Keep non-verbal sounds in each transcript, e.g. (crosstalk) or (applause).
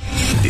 The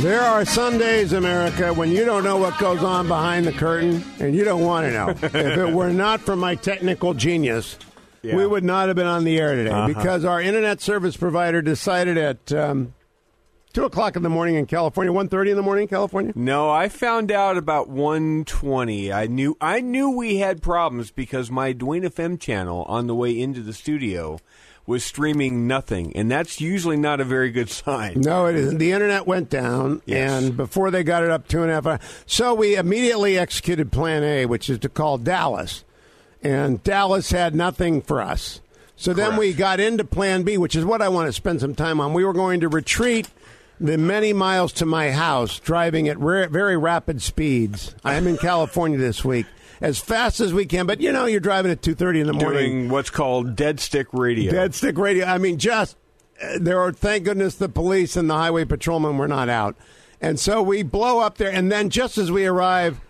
There are some days, America, when you don't know what goes on behind the curtain, and you don't want to know. if it were not for my technical genius, we would not have been on the air today because our internet service provider decided at um, two o'clock in the morning in California, 1.30 in the morning in California. No, I found out about 120. I knew I knew we had problems because my Dwayne FM channel on the way into the studio was streaming nothing, and that's usually not a very good sign. No, it isn't. The internet went down, Yes. and before they got it up two and a half hours. So we immediately executed plan A, which is to call Dallas. And Dallas had nothing for us. So then we got into plan B, which is what I want to spend some time on. We were going to retreat the many miles to my house, driving at rare, very rapid speeds. I'm (laughs) in California this week. As fast as we can, but you know you're driving at two thirty in the morning. Doing what's called dead stick radio. Dead stick radio. I mean, just uh, there are. Thank goodness the police and the highway patrolmen were not out, and so we blow up there. And then just as we arrive,